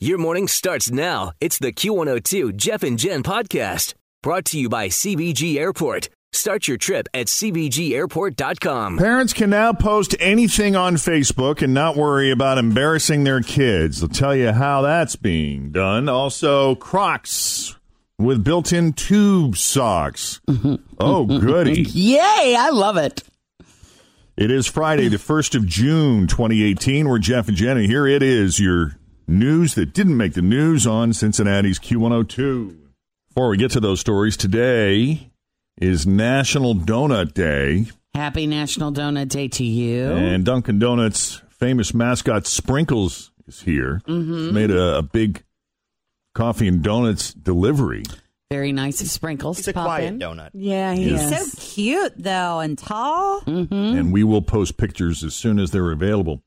Your morning starts now. It's the Q102 Jeff and Jen podcast brought to you by CBG Airport. Start your trip at CBGAirport.com. Parents can now post anything on Facebook and not worry about embarrassing their kids. They'll tell you how that's being done. Also, Crocs with built in tube socks. Oh, goody. Yay, I love it. It is Friday, the 1st of June, 2018. We're Jeff and Jenny. Here it is your news that didn't make the news on Cincinnati's Q102. Before we get to those stories, today is National Donut Day. Happy National Donut Day to you. And Dunkin' Donuts' famous mascot Sprinkles is here. He's Made a, a big coffee and donuts delivery. Very nice of sprinkles He's to a pop quiet in. donut. Yeah, he He's is. So cute though, and tall. And we will post pictures as soon as they're available.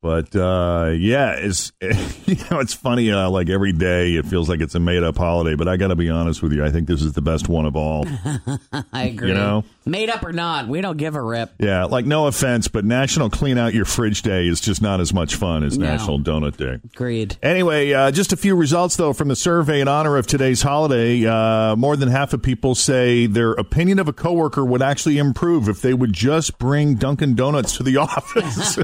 But uh, yeah, it's you know it's funny. Uh, like every day, it feels like it's a made up holiday. But I got to be honest with you, I think this is the best one of all. I agree. You know? Made up or not, we don't give a rip. yeah, like no offense, but National Clean Out Your Fridge Day is just not as much fun as No. National Donut Day. Agreed. Anyway, uh, just a few results, though, from the survey in honor of today's holiday. Uh, more than half of people say their opinion of a coworker would actually improve if they would just bring Dunkin' Donuts to the office.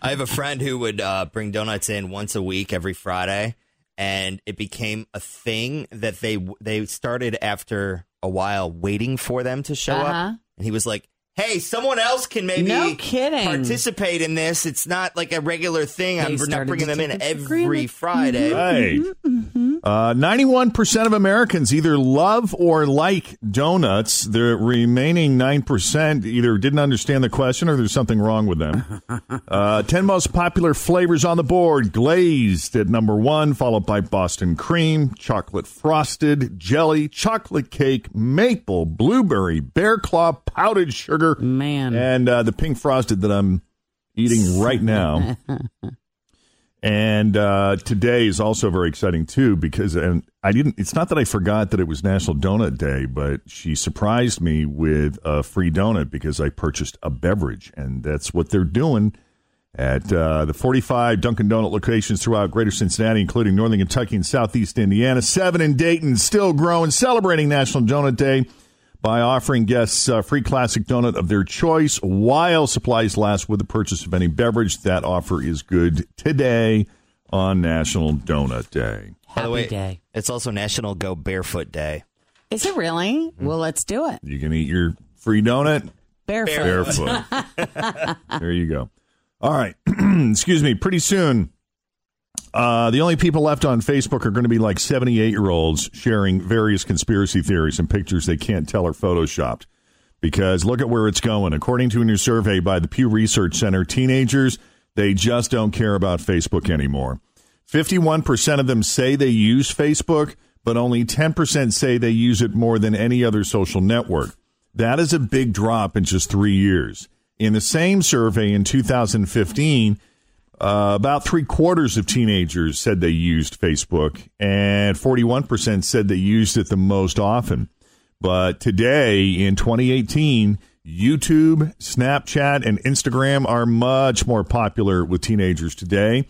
I have a friend who would uh, bring donuts in once a week every Friday, and it became a thing that they they started after a while waiting for them to show Uh-huh. up. And he was like, "Hey, someone else can maybe No kidding. participate in this. It's not like a regular thing. They I'm not started bringing to them in take this every agreement. Friday." right. Uh, 91% of Americans either love or like donuts. The remaining 9% either didn't understand the question or there's something wrong with them. Uh, 10 most popular flavors on the board glazed at number one, followed by Boston cream, chocolate frosted, jelly, chocolate cake, maple, blueberry, bear claw, powdered sugar, Man. and uh, the pink frosted that I'm eating right now. and uh, today is also very exciting too because and I didn't. It's not that I forgot that it was National Donut Day, but she surprised me with a free donut because I purchased a beverage, and that's what they're doing. At uh, the 45 Dunkin' Donut locations throughout Greater Cincinnati, including Northern Kentucky and Southeast Indiana, seven in Dayton, still growing, celebrating National Donut Day by offering guests a free classic donut of their choice while supplies last with the purchase of any beverage. That offer is good today on National Donut Day. By the Happy way, day. it's also National Go Barefoot Day. Is it really? Hmm. Well, let's do it. You can eat your free donut Barefoot. barefoot. there you go. All right. Excuse me. Pretty soon, uh, the only people left on Facebook are going to be like 78 year olds sharing various conspiracy theories and pictures they can't tell are photoshopped. Because look at where it's going. According to a new survey by the Pew Research Center, teenagers, they just don't care about Facebook anymore. 51% of them say they use Facebook, but only 10% say they use it more than any other social network. That is a big drop in just three years. In the same survey in 2015, uh, about three quarters of teenagers said they used Facebook, and 41% said they used it the most often. But today in 2018, YouTube, Snapchat, and Instagram are much more popular with teenagers today.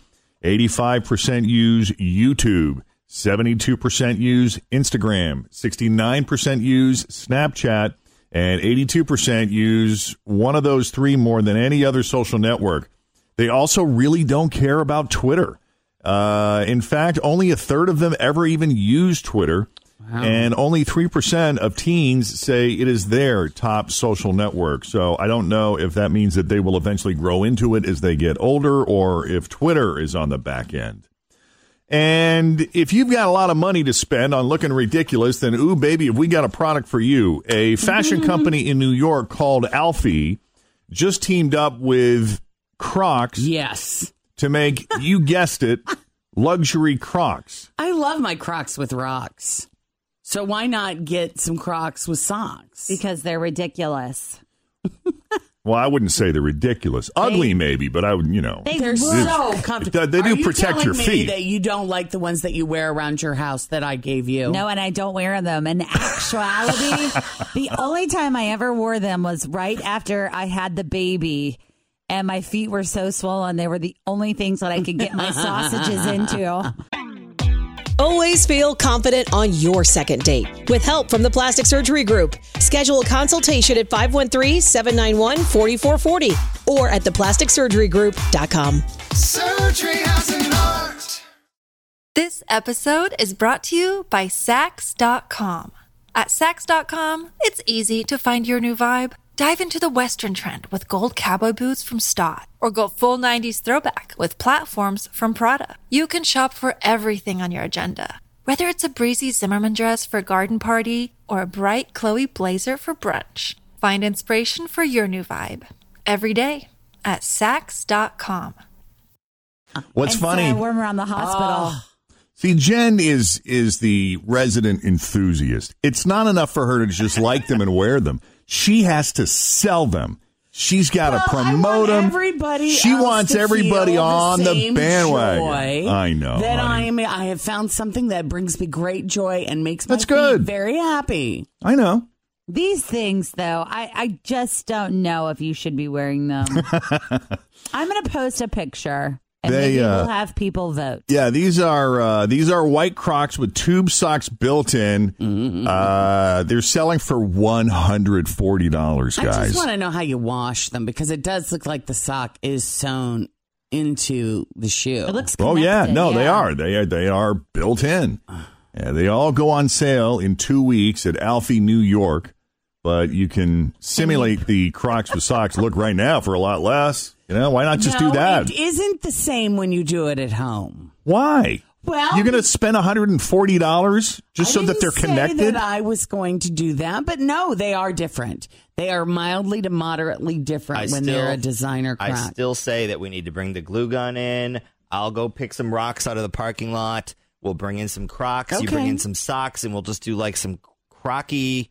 85% use YouTube, 72% use Instagram, 69% use Snapchat, and 82% use one of those three more than any other social network. They also really don't care about Twitter. Uh, in fact, only a third of them ever even use Twitter. And only 3% of teens say it is their top social network. So I don't know if that means that they will eventually grow into it as they get older or if Twitter is on the back end. And if you've got a lot of money to spend on looking ridiculous, then ooh, baby, have we got a product for you? A fashion company in New York called Alfie just teamed up with Crocs Yes. to make, you guessed it, luxury Crocs. I love my Crocs with rocks. So why not get some Crocs with socks? because they're ridiculous. Well, I wouldn't say they're ridiculous. Ugly, maybe, but I would, you know. They They're look- so comfortable. They- they do Are you protect telling your me feet. That you don't like the ones that you wear around your house that I gave you. No, and I don't wear them. In actuality, the only time I ever wore them was right after I had the baby, and my feet were so swollen. They were the only things that I could get my sausages into. Always feel confident on your second date. With help from the Plastic Surgery Group, schedule a consultation at 513-791-4440 or at theplasticsurgerygroup.com. Surgery has an art. This episode is brought to you by Sax.com. At Sax.com, it's easy to find your new vibe. Dive into the Western trend with gold cowboy boots from Stott, or go full 90s throwback with platforms from Prada. You can shop for everything on your agenda, whether it's a breezy Zimmerman dress for a garden party or a bright Chloe blazer for brunch. Find inspiration for your new vibe every day at Sax.com. What's And funny? Ah. So when we're on the hospital, See, Jen is is the resident enthusiast. It's not enough for her to just like them and wear them. She has to sell them. She's got to Well, I promote want them. Everybody. She else wants to everybody feel on the same bandwagon. joy I know, That I honey. am. I have found something that brings me great joy and makes my That's feet good. very happy. I know. these things though, I I just don't know if you should be wearing them. I'm gonna post a picture, and They, maybe uh, we'll have people vote. Yeah, these are uh, these are white Crocs with tube socks built in. Mm-hmm. Uh, they're selling for one hundred forty dollars, I guys. just want to know how you wash them because it does look like the sock is sewn into the shoe. It looks. Oh yeah, connected, no, they yeah. are. They are. They are built in. Uh. Yeah, they all go on sale in two weeks at Alfie New York, but you can simulate the Crocs with socks look right now for a lot less. You know, why not just No, do that? It isn't the same when you do it at home. Why? Well, You're going to spend hundred and forty dollars just I so that didn't they're say connected. that I was going to do that, but no, they are different. They are mildly to moderately different I when still- they're a designer I croc. still say that we need to bring the glue gun in. I'll go pick some rocks out of the parking lot. We'll bring in some Crocs. You bring Okay. in some socks, and we'll just do like some crocky,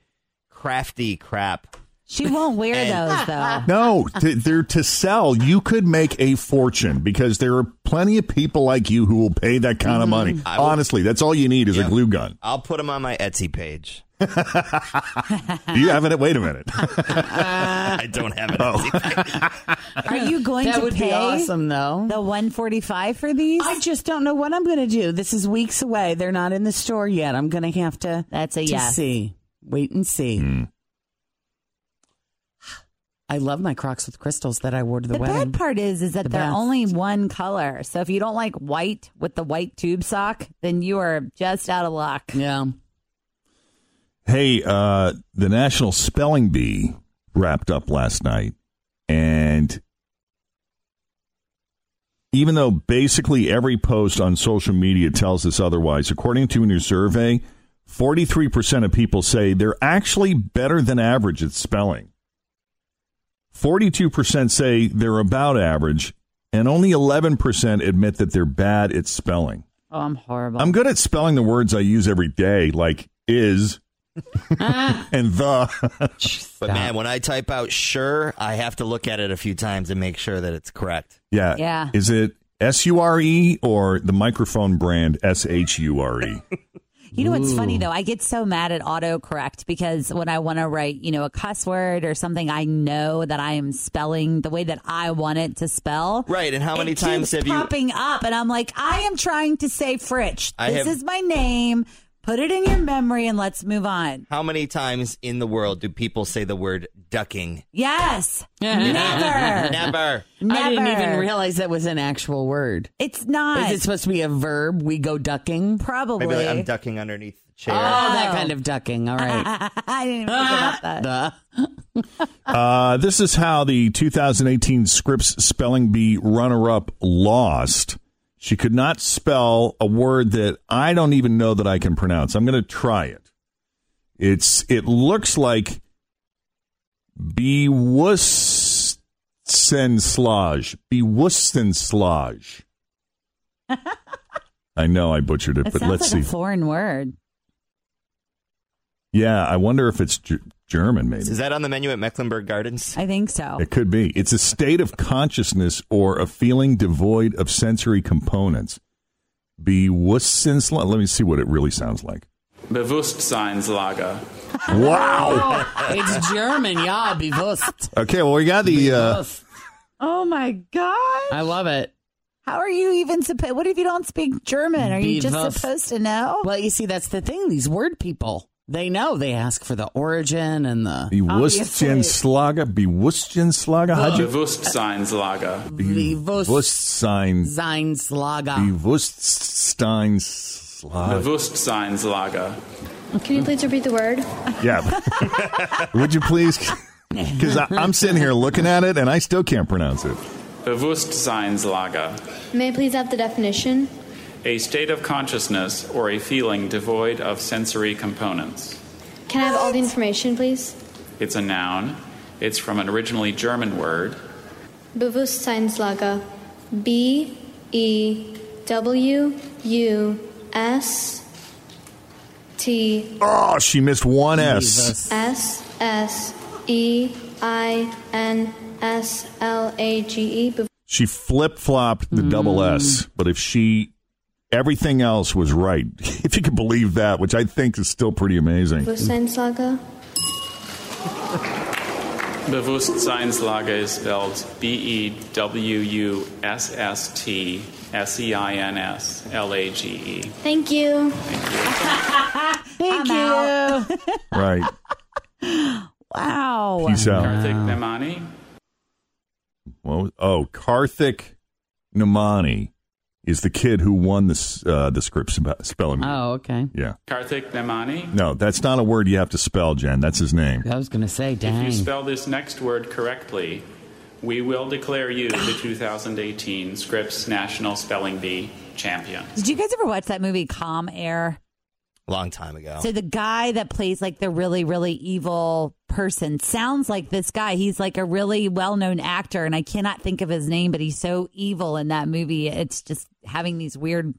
crafty crap. She won't wear And- those though. no, to, they're to sell. You could make a fortune because there are plenty of people like you who will pay that kind of money. Mm-hmm. I will- Honestly, that's all you need is Yeah. a glue gun. I'll put them on my Etsy page. Do you have it? Wait a minute. I don't have an Oh. Etsy page. Are you going that to would pay be awesome, though. the 145 for these? I just don't know what I'm going to do. This is weeks away. They're not in the store yet. I'm going to have to That's a to yes. see, wait and see. I love my Crocs with crystals that I wore to the, The wedding. bad part is is that The they're best. only one color. So if you don't like white with the white tube sock, then you are just out of luck. yeah, Hey, uh, the National Spelling Bee wrapped up last night, and even though basically every post on social media tells us otherwise, according to a new survey, 43% of people say they're actually better than average at spelling. 42% say they're about average, and only 11% admit that they're bad at spelling. Oh, I'm horrible. I'm good at spelling the words I use every day, like is and the. But man, when I type out sure, I have to look at it a few times and make sure that it's correct. yeah. Yeah. Is it S U R E or the microphone brand S H U R E? You know what's funny though? I get so mad at autocorrect because when I want to write, you know, a cuss word or something, I know that I am spelling the way that I want it to spell. Right, and how many it keeps times have you- popping up? And I'm like, I am trying to say Fritch. I this have- is my name. Put it in your memory and let's move on. How many times in the world do people say the word ducking. Yes. Never. Never. I didn't even Never. realize that was an actual word. It's not. Is it supposed to be a verb? We go ducking? Probably. Maybe like, I'm ducking underneath the chair. Oh, that kind of ducking. All right. Ah. I didn't even think about that. Duh. Uh, this is how the 2018 Scripps Spelling Bee runner up lost. She could not spell a word that I don't even know that I can pronounce. I'm going to try it. It's it looks like Bewusstenslage. Bewusstenslage. I know I butchered it, It but sounds let's like see. a foreign word. yeah, I wonder if it's G- German maybe. Is that on the menu at Mecklenburg Gardens? I think so. It could be. It's a state of consciousness or a feeling devoid of sensory components. Bewusstseinsla. Let me see what it really sounds like. Bewusstseinslager. Wow. it's German. Yeah, bewusst. Okay, well, we got the. Uh, Bewusst. Oh my god! I love it. How are you even supposed? What if you don't speak German? Are you Bewusst. just supposed to know? Well, you see, that's the thing. These word people, they know. They ask for the origin and the. Bewusstseinslager. Bewusstseinslager. How'd you. Bewusstseinslager. Bewusstsein. Bewusstseinslager. Bewusstseinslager. Bewusstseinslager. Can you please repeat the word? Yeah. Would you please? Because I'm sitting here looking at it and I still can't pronounce it. Bewusstseinslager. May I please have the definition? A state of consciousness or a feeling devoid of sensory components. Can I have all the information, please? It's a noun. It's from an originally German word. Bewusstseinslage. B E W U S T Oh, she missed one S. Bewusst- S S E I N S L A G E. She flip flopped the double S, but if she everything else was right, if you could believe that, which I think is still pretty amazing. Bewusstseinslage. Bewusstseinslage is spelled B E W U S S T S E I N S L A G E. Thank you. Thank you. Right. Wow. Peace out. Karthik Uh, Nemani. What was- oh, Karthik Namani is the kid who won this uh, the script spe- spelling. bee. Oh, okay. Yeah. Karthik Nemani. No, that's not a word you have to spell, Jen. That's his name. I was going to say, If dang. you spell this next word correctly, we will declare you the 2018 Scripps National Spelling Bee champion. Did you guys ever watch that movie Calm Air? Long time ago. So the guy that plays like the really really evil person sounds like this guy. He's like a really well known actor, and I cannot think of his name, but he's so evil in that movie. It's just having these weird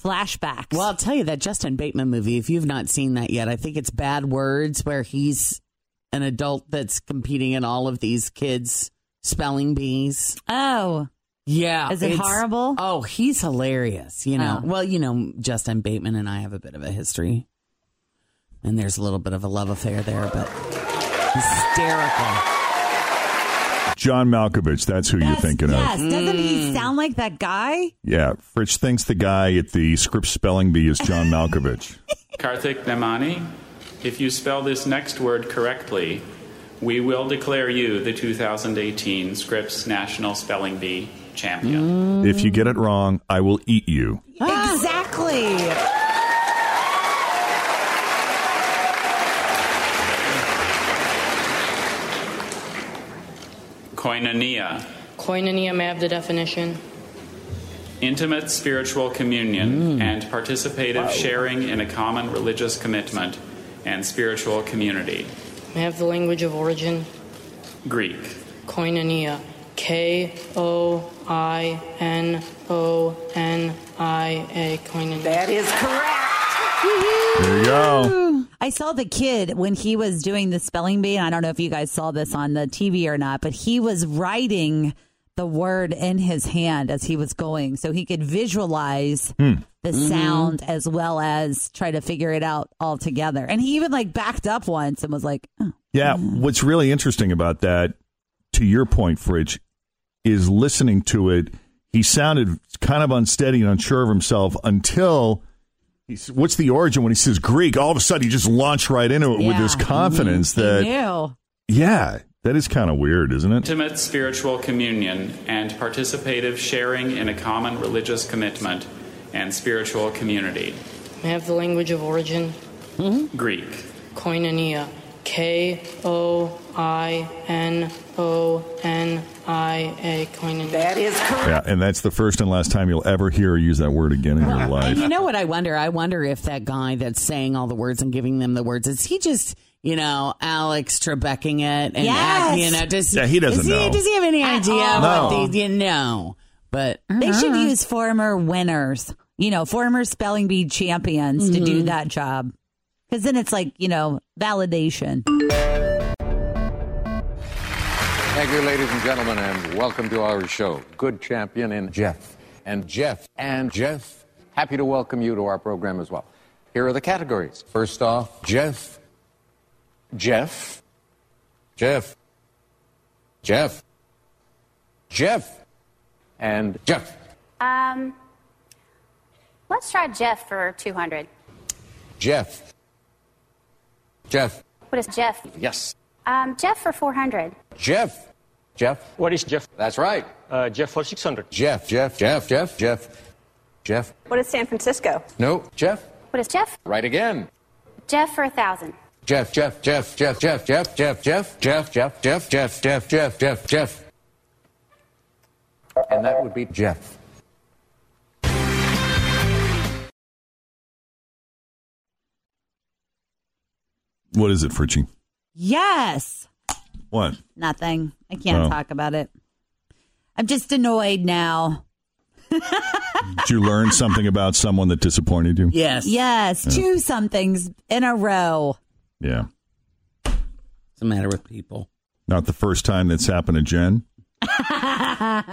flashbacks. Well, I'll tell you that Justin Bateman movie, if you've not seen that yet, I think it's Bad Words, where he's an adult that's competing in all of these kids' spelling bees. oh, Yeah. Is it it's- horrible? Oh, he's hilarious. You know, Oh. well, you know, Justin Bateman and I have a bit of a history. And there's a little bit of a love affair there, but hysterical. John Malkovich, that's who Yes, you're thinking yes. of. Doesn't he sound like that guy? Yeah. Fritz thinks the guy at the script spelling bee is John Malkovich. Karthik Nemani, if you spell this next word correctly, we will declare you the 2018 Scripps National Spelling Bee champion. if you get it wrong, I will eat you. Ah. Exactly. Koinonia, Koinonia, may I have the definition? intimate spiritual communion and participative sharing in a common religious commitment and spiritual community. May I have the language of origin? Greek. Koinonia. K O I N O N I A. Koinonia. That is correct. There you go. I saw the kid when he was doing the spelling bee, and I don't know if you guys saw this on the TV or not, but he was writing the word in his hand as he was going so he could visualize Hmm. the sound as well as try to figure it out all together. And he even like backed up once and was like, oh, Yeah, what's really interesting about that, to your point, Fridge, is listening to it. He sounded kind of unsteady and unsure of himself until he's, what's the origin when he says Greek? All of a sudden, he just launched right into it Oh, with Yeah. Mm-hmm. this confidence that, he knew. yeah, That is kind of weird, isn't it? Intimate spiritual communion and participative sharing in a common religious commitment and spiritual community. I have the language of origin, Greek. koinonia. K O I N O N I A, koinonia. That is correct. Yeah, and that's the first and last time you'll ever hear her use that word again in your life. And you know what I wonder? I wonder if that guy that's saying all the words and giving them the words is he just you know Alex Trebecking it and Yes. you know does Yeah, he doesn't is know. does he have any idea all. what No. these you know but They should Uh-huh. use former winners, you know, former spelling bee champions to do Mhm. that job. Because then it's like, you know, validation. Thank you, ladies and gentlemen, and welcome to our show. Good champion in Jeff. And Jeff and Jeff, happy to welcome you to our program as well. Here are the categories. First off, Jeff. Jeff. Jeff. Jeff. Jeff. And Jeff. Um, let's try Jeff for 200. Jeff. Jeff. What is Jeff? Yes. Um, Jeff for 400. Jeff. Jeff. What is Jeff? That's right. Uh, Jeff for 600. Jeff, Jeff, Jeff, Jeff, Jeff. Jeff. What is San Francisco? No, Jeff. What is Jeff? Right again. Jeff for 1,000. Jeff, Jeff, Jeff, Jeff, Jeff, Jeff, Jeff, Jeff, Jeff, Jeff, Jeff, Jeff, Jeff, Jeff, Jeff, Jeff. And that would be Jeff. What is it, Fritchie? Yes. What? Nothing. I can't Oh. talk about it. I'm just annoyed now. Did you learn something about someone that disappointed you? Yes. Yeah. Two somethings in a row. Yeah. What's the matter with people? Not the first time that's happened to Jen.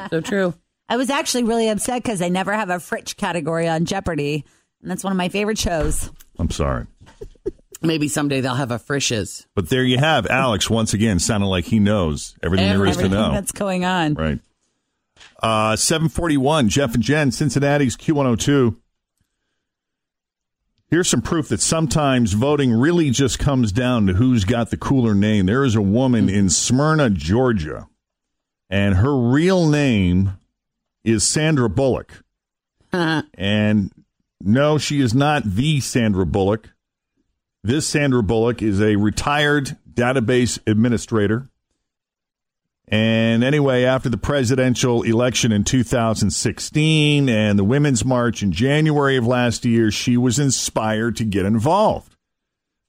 so true. I was actually really upset because they never have a Fritch category on Jeopardy. And that's one of my favorite shows. I'm sorry. maybe someday they'll have a frishes But there you have Alex once again sounding like he knows everything there is to Everything know. that's going on. Right. Uh, 741, Jeff and Jen, Cincinnati's Q102. Here's some proof that sometimes voting really just comes down to who's got the cooler name. There is a woman in Smyrna, Georgia, and her real name is Sandra Bullock. and no, she is not the Sandra Bullock. This Sandra Bullock is a retired database administrator. And anyway, after the presidential election in 2016 and the Women's March in January of last year, she was inspired to get involved.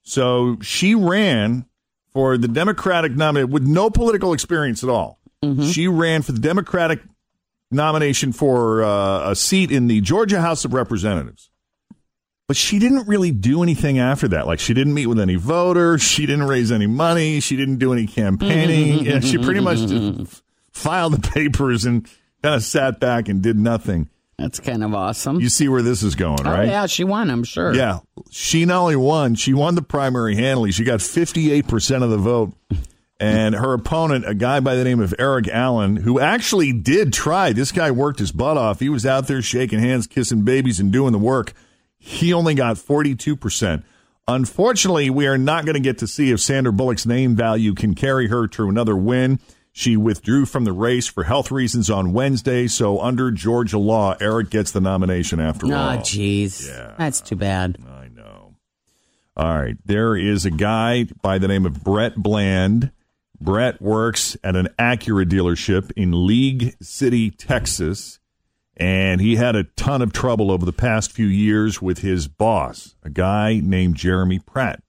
So she ran for the Democratic nominee with no political experience at all. She ran for the Democratic nomination for uh, a seat in the Georgia House of Representatives. But she didn't really do anything after that. Like she didn't meet with any voters, she didn't raise any money, she didn't do any campaigning. Yeah, she pretty much just filed the papers and kind of sat back and did nothing. That's kind of awesome. You see where this is going, right? oh yeah she won I'm sure Yeah. She not only won, she won the primary handily. She got 58% of the vote. And her opponent, a guy by the name of Eric Allen, who actually did try. This guy worked his butt off. He was out there shaking hands, kissing babies, and doing the work. He only got 42%. Unfortunately, we are not going to get to see if Sandra Bullock's name value can carry her to another win. She withdrew from the race for health reasons on Wednesday. So, under Georgia law, Eric gets the nomination after all. oh jeez that's too bad I know. All right. There is a guy by the name of Brett Bland. Brett works at an Acura dealership in League City, Texas. And he had a ton of trouble over the past few years with his boss, a guy named Jeremy Pratt.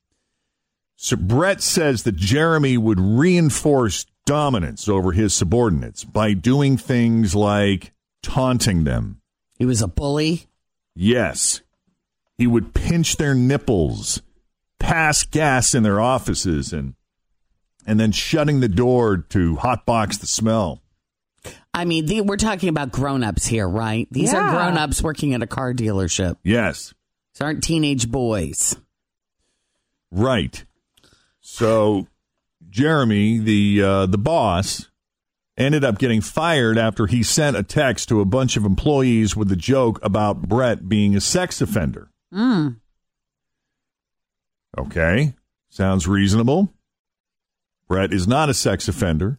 So Brett says that Jeremy would reinforce dominance over his subordinates by doing things like taunting them. He was a bully? Yes. He would pinch their nipples, pass gas in their offices and and then shutting the door to hotbox the smell. I mean, the, we're talking about grown-ups here, right? These Yeah. are grown-ups working at a car dealership. Yes. These aren't teenage boys. Right. So Jeremy, the uh, the boss, ended up getting fired after he sent a text to a bunch of employees with the joke about Brett being a sex offender. Mm. Okay, sounds reasonable. Brett is not a sex offender.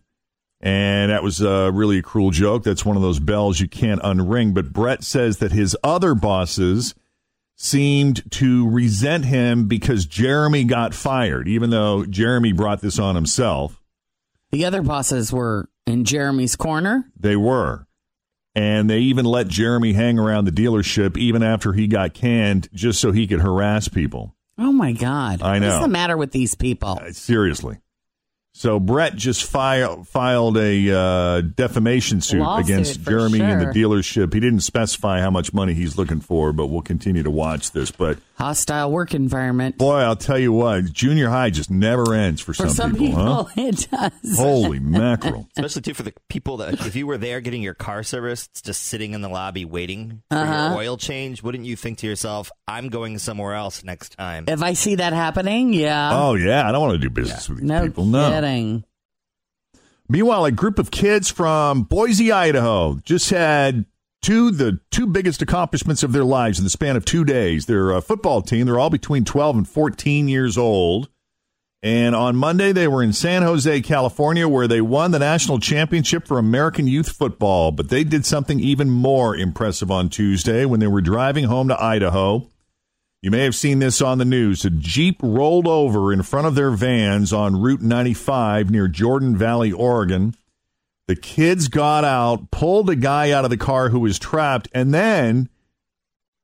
And that was uh, really a cruel joke. That's one of those bells you can't unring. But Brett says that his other bosses seemed to resent him because Jeremy got fired, even though Jeremy brought this on himself. The other bosses were in Jeremy's corner. They were. And they even let Jeremy hang around the dealership even after he got canned just so he could harass people. Oh my God! I know. What's the matter with these people? Uh, Seriously. So Brett just fi- filed a uh, defamation suit Lawsuit, against for Jeremy and the sure. dealership. He didn't specify how much money he's looking for, but we'll continue to watch this. But hostile work environment. Boy, I'll tell you what, junior high just never ends for, For some people, people, huh? it does. Holy mackerel! Especially too for the people that if you were there getting your car serviced, just sitting in the lobby waiting for Uh-huh. your oil change, wouldn't you think to yourself, "I'm going somewhere else next time"? If I see that happening, yeah. Oh yeah, I don't want to do business with these No people. No kidding. Meanwhile, a group of kids from Boise, Idaho, just had two the two biggest accomplishments of their lives in the span of two days. Their uh, football team, they're all between twelve and fourteen years old. And on Monday, they were in San Jose, California, where they won the national championship for American youth football. But they did something even more impressive on Tuesday when they were driving home to Idaho. You may have seen this on the news. A Jeep rolled over in front of their vans on Route 95 near Jordan Valley, Oregon. The kids got out, pulled a guy out of the car who was trapped, and then,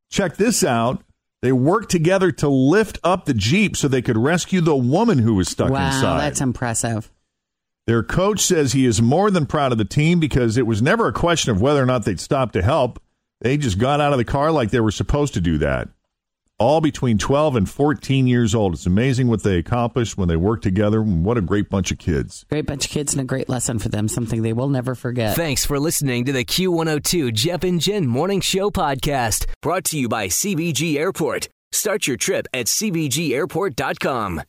check this out, they worked together to lift up the Jeep so they could rescue the woman who was stuck wow, inside. that's impressive. Their coach says he is more than proud of the team because it was never a question of whether or not they'd stop to help. They just got out of the car like they were supposed to do that. All between 12 and 14 years old. It's amazing what they accomplished when they worked together. and What a great bunch of kids. Great bunch of kids and a great lesson for them. Something they will never forget. Thanks for listening to the Q102 Jeff and Jen Morning Show podcast, brought to you by CBG Airport. Start your trip at CBGAirport.com.